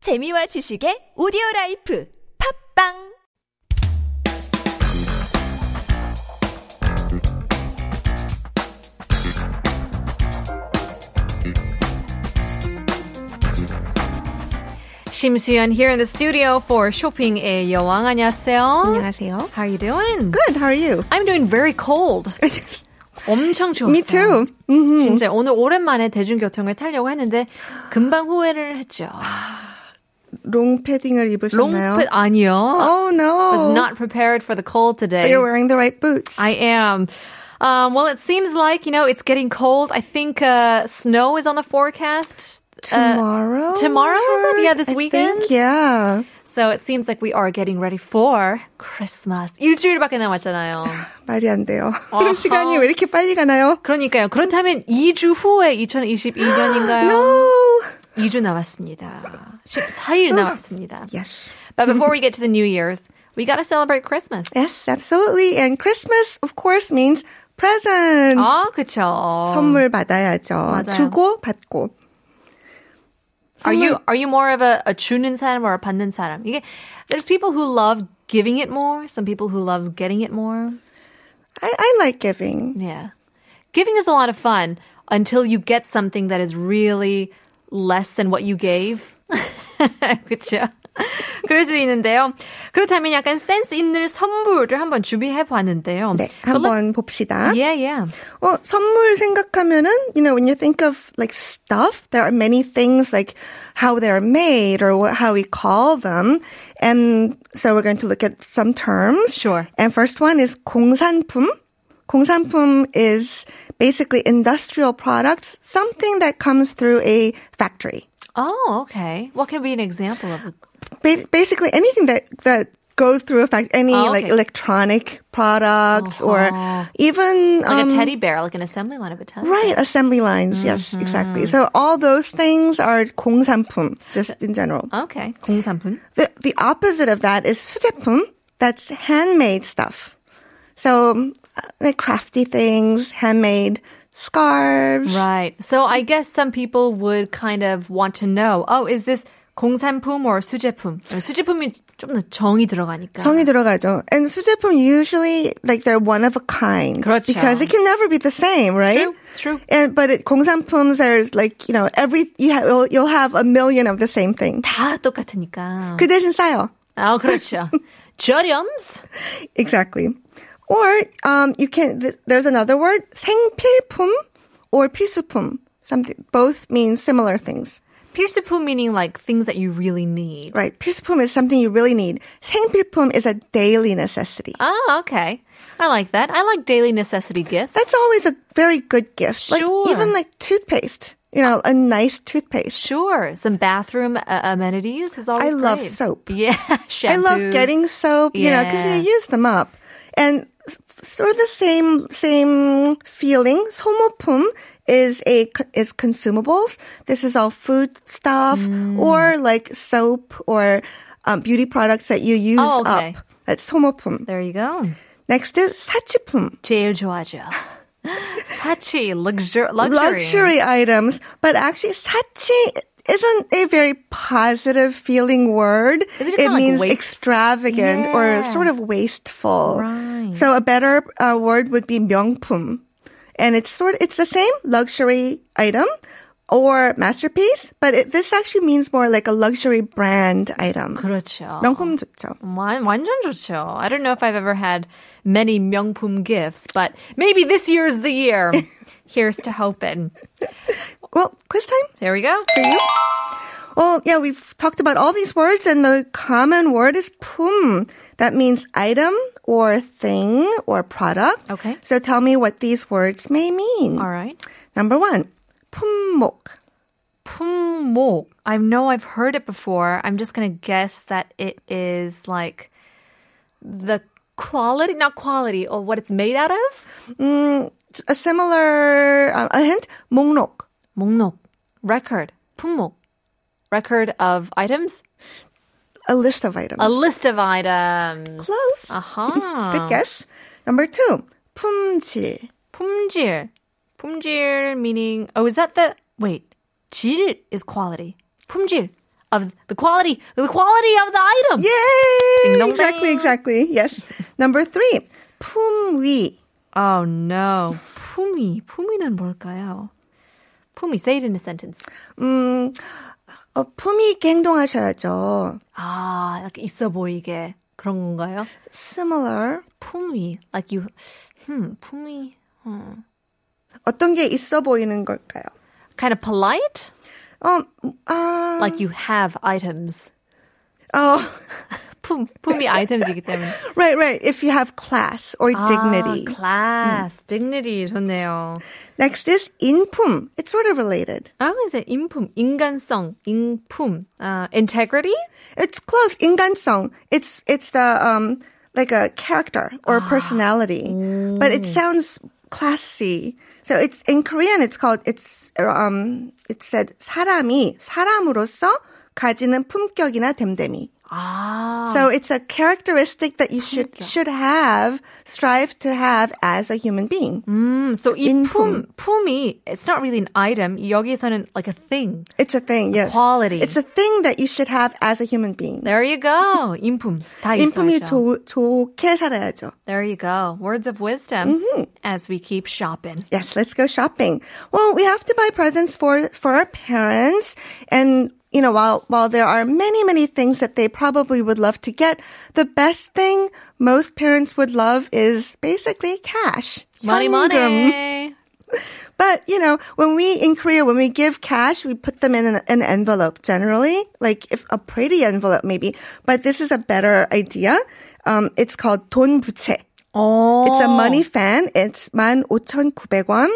재미와 지식의 오디오 라이프 팝빵 Shim here in the studio for 쇼핑의 여왕. 안녕하세요. 안녕하세요. How are you doing? Good. How are you? I'm doing very cold. 엄청 추웠어요. Me too. 음, Mm-hmm. 진짜 오늘 오랜만에 대중교통을 타려고 했는데 금방 후회를 했죠. 아, 롱 패딩을 입으셨나요? 롱패 아니요. Oh I was no. not prepared for the cold But today. you're wearing the right boots. I am. Um, well, it seems like you know it's getting cold. I think uh, snow is on the forecast. uh, tomorrow. tomorrow I is it? heard, Yeah, this I weekend? Think, yeah. So it seems like we are getting ready for Christmas. 일주일밖에 남았잖아요. 말이 안 돼요. 어허. 시간이 왜 이렇게 빨리 가나요? 그러니까요. 그렇다면 2주 후에 2022년인가요? No. 2주 남았습니다. 14일 남았습니다. Yes. But before we get to the New Year's, we gotta celebrate Christmas. Yes, absolutely. And Christmas, of course, means presents. 아, 그쵸. 선물 받아야죠. 맞아요. 주고 받고. Are you are you more of a, a 주는 사람 or a 받는 사람? 이게 there's people who love giving it more, some people who love getting it more. I, I like giving. Yeah. Giving is a lot of fun until you get something that is really less than what you gave. 그렇죠? 그럴 수 있는데요. 그렇다면 약간 센스 있는 선물을 한번 준비해 봤는데요. 네, 한번 봅시다. Yeah, yeah. 어, 선물 생각하면은, you know, when you think of like stuff, there are many things like how they're made or what, how we call them. And so we're going to look at some terms. Sure. And first one is 공산품. 공산품 is basically industrial products, something that comes through a factory. Oh, okay. What can be an example of it? Ba- basically anything that that goes through a fact any Oh, like okay. Uh-huh. electronic products or even Like um, a teddy bear, like an assembly line of a teddy Right, assembly lines. Mm-hmm. Yes, exactly. So all those things are 공산품, just in general. bear. Okay. 공산품. The, the opposite of that is 수제품. That's handmade stuff. So um, like crafty things, handmade scarves. Right. So Mm. I guess some people would kind of want to know, oh, is this 공산품 or 수제품? 수제품이 좀더 정이 들어가니까. 정이 들어가죠. And 수제품 usually like they're one of a kind 그렇죠. because it can never be the same, right? true, it's true. And but it, 공산품 there's like you know every you ha- you'll, you'll have a million of the same thing. 다 똑같으니까. 그 대신 싸요. 아, 그렇죠. 저렴스. Exactly. Or um, you can. Th- there's another word, 생필품 or 필수품. Something both mean similar things, 필수품 meaning like things that you really need. right? 필수품 is something you really need. 생필품 is a daily necessity. Ah, okay. I like that. I like daily necessity gifts. That's always a very good gift. Like Sure. even like toothpaste. You know, a nice toothpaste. sure. Some bathroom uh, amenities is always I love great. soap. Yeah. I love shampoos. getting soap. You know, because Yeah. you use them up, and s- sort of the same same feeling. 소모품 is a is consumables. This is all food stuff Mm. or like soap or um, beauty products that you use Oh, okay. up. That's 소모품. There you go. Next is 사치품. 제일 좋아하죠. 사치, luxur- luxury. luxury items, but actually sachi isn't a very positive feeling word. Isn't it it kinda like means waste- extravagant or Yeah. sort of wasteful. Right. So a better uh, word would be 명품. And it's sort it's the same luxury item or masterpiece, but it, this actually means more like a luxury brand item. 그렇죠. 명품 좋죠. 완, 완전 좋죠. I don't know if I've ever had many 명품 gifts, but maybe this year's the year. Here's to hoping. Well, quiz time. There we go. Well, yeah, we've talked about all these words, and the common word is pum. That means item or thing or product. Okay. So tell me what these words may mean. All right. Number one, 품목. 품목. I know I've heard it before. I'm just going to guess that it is like the quality, not quality, or what it's made out of. Mm, a similar uh, a hint, 목록. 목록. Record. 품목. Record of items. A list of items. A list of items. Uh-huh. Close. Aha. Good guess. Number two, 품질. 품질. 품질 meaning, oh, is that the, wait, 질 is quality. 품질. of the quality, the quality of the item. Yay! Ding-dong-dang. Exactly, exactly. Yes. Number three, 품위. Oh no. 품위. 품위는 뭘까요? 품위. Say it in a sentence. 음, 어, 품위 있게 행동하셔야죠. 아, like 있어 보이게. 그런 건가요? Similar. 품위. Like you, hmm, 품위. 어떤 게 있어 보이는 걸까요? Kind of polite? 어, 아, Like you have items. 어, 품, 품위 아이템이기 때문에. right, right. If you have class or dignity. 아, class. Dignity. 좋네요. Next is 인품. It's sort of related. I always say 인품, 인간성, 인품, uh, integrity? It's close. 인간성. It's it's the um like a character or personality, but it sounds classy. So it's in Korean. It's called it's um it said 사람이 사람으로서 가지는 품격이나 됨됨이. 아, So it's a characteristic that you should should have, strive to have as a human being. 음, so 이 품, 인품. 품이, it's not really an item. 여기서는 like a thing. It's a thing, yes. quality. It's a thing that you should have as a human being. There you go. 인품. 다 인품이 있어야죠. 좋 좋게 살아야죠. There you go. Words of wisdom as we keep shopping. Yes, let's go shopping. Well, we have to buy presents for for our parents and you know, while while there are many many things that they probably would love to get, the best thing most parents would love is basically cash. Money, 현금. money. But, you know, when we in Korea when we give cash, we put them in an, an envelope generally, like if a pretty envelope maybe. But this is a better idea. Um it's called 돈 부채. Oh. It's a money fan. It's 15,900원.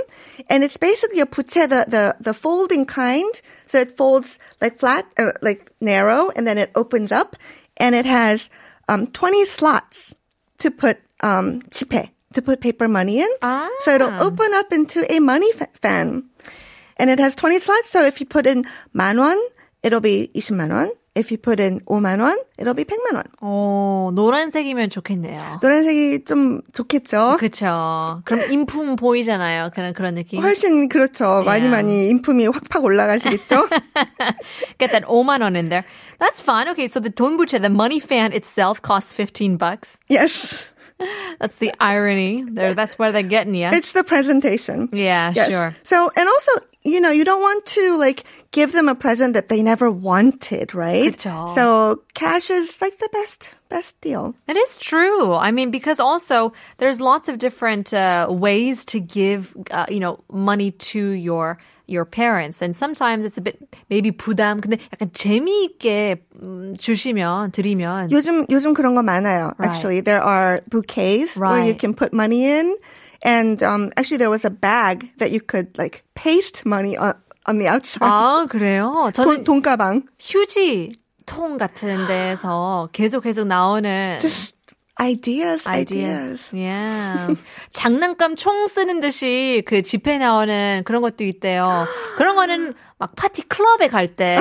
And it's basically a puche, the, the, the folding kind. So it folds like flat, uh, like narrow, and then it opens up. And it has um, 20 slots to put um, chipe, to put paper money in. So it'll open up into a money fa- fan. And it has 20 slots. So if you put in 만원, it'll be 20만원. If you put in 5만원, it'll be 100만원. Oh. 어, 노란색이면 좋겠네요. 노란색이 좀 좋겠죠? 그쵸. 그럼 인품 보이잖아요. 그런, 그런 느낌. 훨씬 그렇죠. 많이 Yeah. 많이 인품이 확팍 올라가시겠죠? Get that 5만 on in there. That's fun. Okay, so the 돈부채, the money fan itself costs 15 bucks. yes. That's the irony. There, that's where they're getting you. It's the presentation. Yeah, Yes. sure. So, and also, you know, you don't want to like give them a present that they never wanted, right? 그쵸. So, cash is like the best best deal. That is true. I mean, because also there's lots of different uh, ways to give, uh, you know, money to your your parents, and sometimes it's a bit maybe 부담. 근데 약간 재미있게 음, 주시면 드리면 요즘 요즘 그런 거 많아요. Right. Actually, there are bouquets where you Right. can put money in, and um, actually, there was a bag that you could like paste money on on the outside. 아 그래요. 돈 저는 돈가방. 휴지 통 같은 데서 계속 계속 나오는 Just ideas, ideas. ideas. Yeah. 장난감 총 쓰는 듯이 그 집회 나오는 그런 것도 있대요. 그런 거는 막 파티 클럽에 갈 때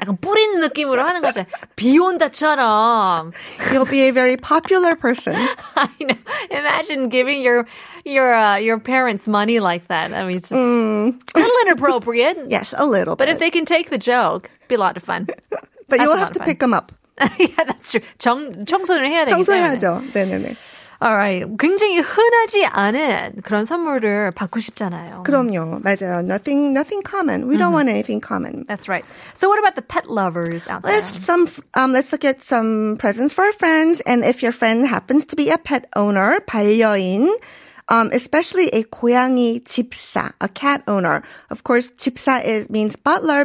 약간 뿌리는 느낌으로 하는 거죠. 비 온다처럼. You'll be a very popular person. I know. Imagine giving your your uh, your parents money like that. I mean, it's just a little inappropriate. Yes, a little But if bit. they can take the joke, be a lot of fun. but that's you'll a have lot to of pick them up. yeah, that's true. 정, 청소를 해야 되기 때문에. 청소해야죠. 네네네. Alright. 굉장히 흔하지 않은 그런 선물을 받고 싶잖아요. 그럼요. 맞아요. Nothing, nothing common. We Mm-hmm. don't want anything common. That's right. So what about the pet lovers out there? Let's some um, let's look at some presents for our friends, and if your friend happens to be a pet owner, 반려인, um, especially a 고양이 집사, a cat owner. Of course, 집사 is means butler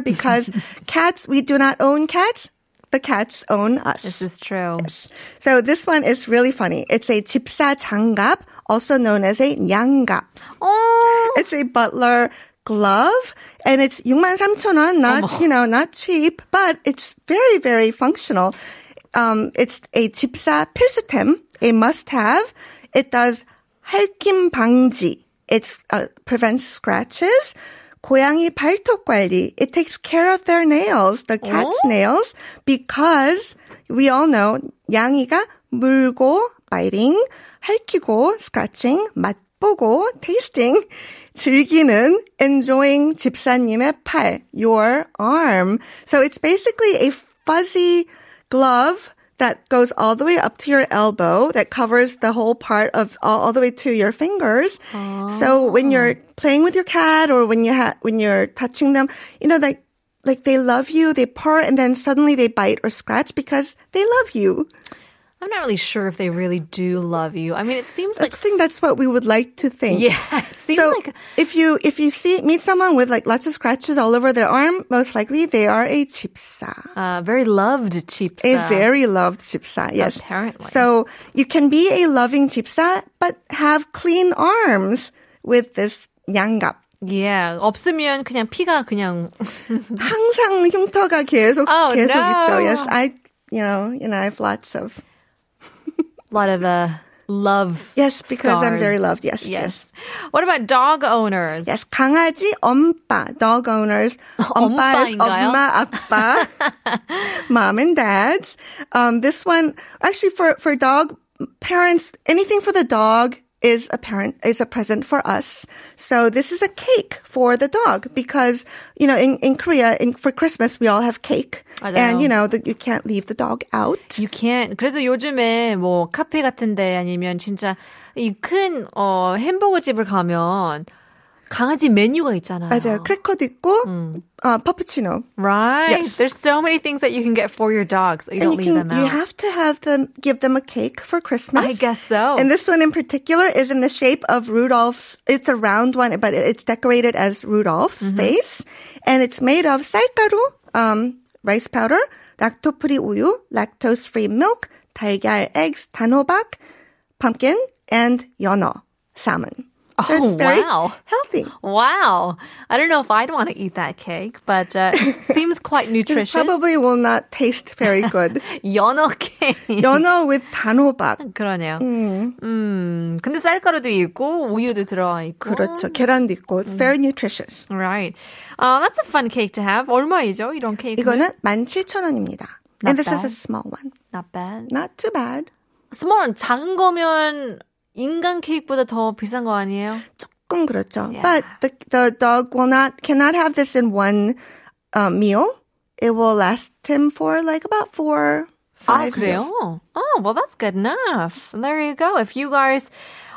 because cats we do not own cats. The cats own us. This is true. So this one is really funny. It's a 집사 장갑, also known as a 냥갑. Oh, It's a butler glove and it's 63,000원, not, you know, not cheap, but it's very, very functional. Um, it's a 집사 필수템, a must-have. It does 핥김 방지. It uh, prevents scratches. 고양이 발톱 관리. It takes care of their nails, the cat's Oh. nails, because we all know 양이가 물고 biting, 핥히고 scratching, 맛보고 tasting, 즐기는 enjoying 집사님의 팔, your arm. So it's basically a fuzzy glove that goes all the way up to your elbow that covers the whole part of all, all the way to your fingers. So when you're playing with your cat or when you ha- when you're touching them, you know like like they love you, they purr and then suddenly they bite or scratch because they love you. I'm not really sure if they really do love you. I mean, it seems like I think that's what we would like to think. yeah, it seems So like if you if you see meet someone with like lots of scratches all over their arm, most likely they are a chipsa. uh, very loved chipsa. A very loved chipsa, yes. Apparently. So you can be a loving chipsa, but have clean arms with this 양갑. yeah, 없으면 그냥 피가 그냥 항상 흉터가 계속, Mm-hmm. Oh, 계속 no. 있죠. Yes, I, you know, you know, I have lots of. a lot of uh, love. Yes, because I'm very scars. loved. Yes, yes. What about dog owners? Yes, 강아지 엄빠, dog owners. 엄빠 is 엄빠인가요? 엄마, 아빠, mom and dads. Um, this one, actually for, for dog parents, anything for the dog is a parent, is a present for us. So this is a cake for the dog because, you know, in, in Korea, in, for Christmas, we all have cake. 맞아요. And, you know, that you can't leave the dog out. You can't. 그래서 요즘에 뭐 카페 같은데 아니면 진짜 이 큰 어, 햄버거 집을 가면 강아지 메뉴가 있잖아요. 맞아요. 크래커도 있고, 어, 퍼푸치노. Right. Yes. There's so many things that you can get for your dogs. You don't you leave them out. you have to have them give them a cake for Christmas. I guess so. And this one in particular is in the shape of Rudolph's. It's a round one, but it- it's decorated as Rudolph's Mm-hmm. face, and it's made of 쌀가루, um, rice powder, lactofree 우유, lactose-free milk, 달걀 eggs, 단호박, pumpkin, and 연어 salmon. So Oh, it's very wow. healthy. Wow. I don't know if I'd want to eat that cake, but uh, it seems quite It nutritious. probably will not taste very good. 연어 cake. 연어 with 단호박. 그러네요. 음. 근데 쌀가루도 있고 우유도 들어가 있고. 그렇죠. 계란도 있고. It's very nutritious. Right. Uh, that's a fun cake to have. 얼마이죠? 이런 케이크. 이거는 17,000원입니다. And this is bad. a small one. not bad. Not too bad. Small 작은 거면 인간 케이크보다 더 비싼 거 아니에요? 조금 그렇죠. Yeah. But the the dog will not cannot have this in one uh, meal. It will last him for like about four 아, five 그래요? meals. Oh, well, that's good enough. There you go. If you guys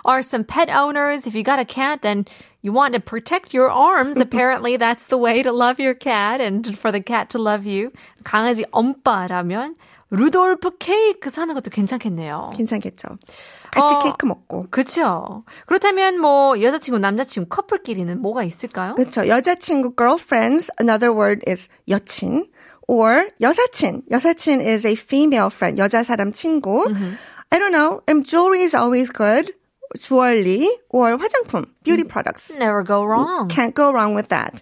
are some pet owners, if you got a cat, then you want to protect your arms. Apparently, that's the way to love your cat and for the cat to love you. 강아지 엄빠라면 루돌프 케이크 사는 것도 괜찮겠네요. 괜찮겠죠. 같이 어. 케이크 먹고. 그렇죠. 그렇다면 뭐 여자친구, 남자친구 커플끼리는 뭐가 있을까요? 그렇죠. 여자친구 girlfriends. Another word is 여친 or 여사친. 여사친 is a female friend. 여자 사람 친구. Mm-hmm. I don't know. And jewelry is always good. 주얼리 or 화장품, Mm. beauty products. Never go wrong. Can't go wrong with that.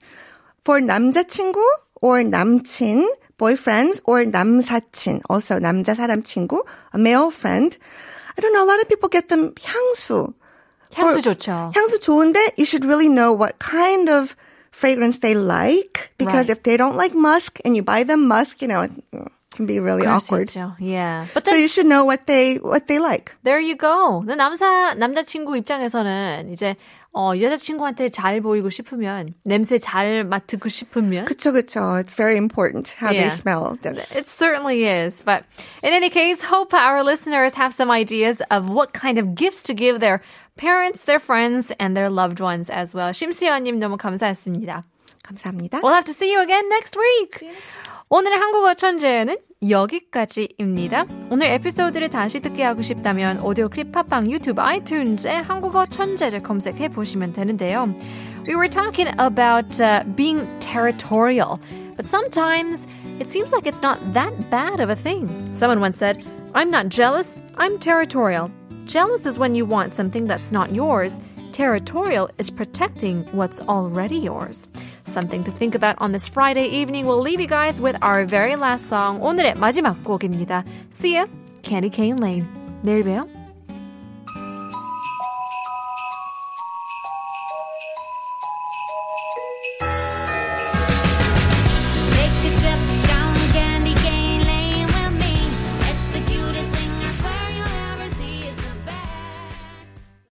For 남자친구 or 남친, boyfriends or 남사친, also 남자 사람 친구, a male friend. I don't know. A lot of people get them 향수. 향수 좋죠. 향수 좋은데 you should really know what kind of fragrance they like because Right. if they don't like musk and you buy them musk, you know, it can be really 그럴 수 awkward. 있죠. Yeah. But So then you should know what they what they like. There you go. 근데 남사 남자친구 입장에서는 이제 어 여자친구한테 잘 보이고 싶으면 냄새 잘 맡고 싶으면 그쵸, 그쵸. It's very important how Yeah. they smell. That's- It certainly is. But in any case, hope our listeners have some ideas of what kind of gifts to give their parents, their friends, and their loved ones as well. 심수연님 너무 감사했습니다. 감사합니다. We'll have to see you again next week. 오늘의 한국어 천재는 여기까지입니다. 오늘 에피소드를 다시 듣게 하고 싶다면 오디오 클립 팟빵 유튜브 아이튠즈에 한국어 천재를 검색해 보시면 되는데요. We were talking about uh, being territorial, but sometimes it seems like it's not that bad of a thing. Someone once said, "I'm not jealous, I'm territorial." Jealous is when you want something that's not yours. Territorial is protecting what's already yours. Something to think about on this Friday evening. We'll leave you guys with our very last song. 오늘의 마지막 곡입니다. See ya, Candy Cane Lane. 내일 봬요.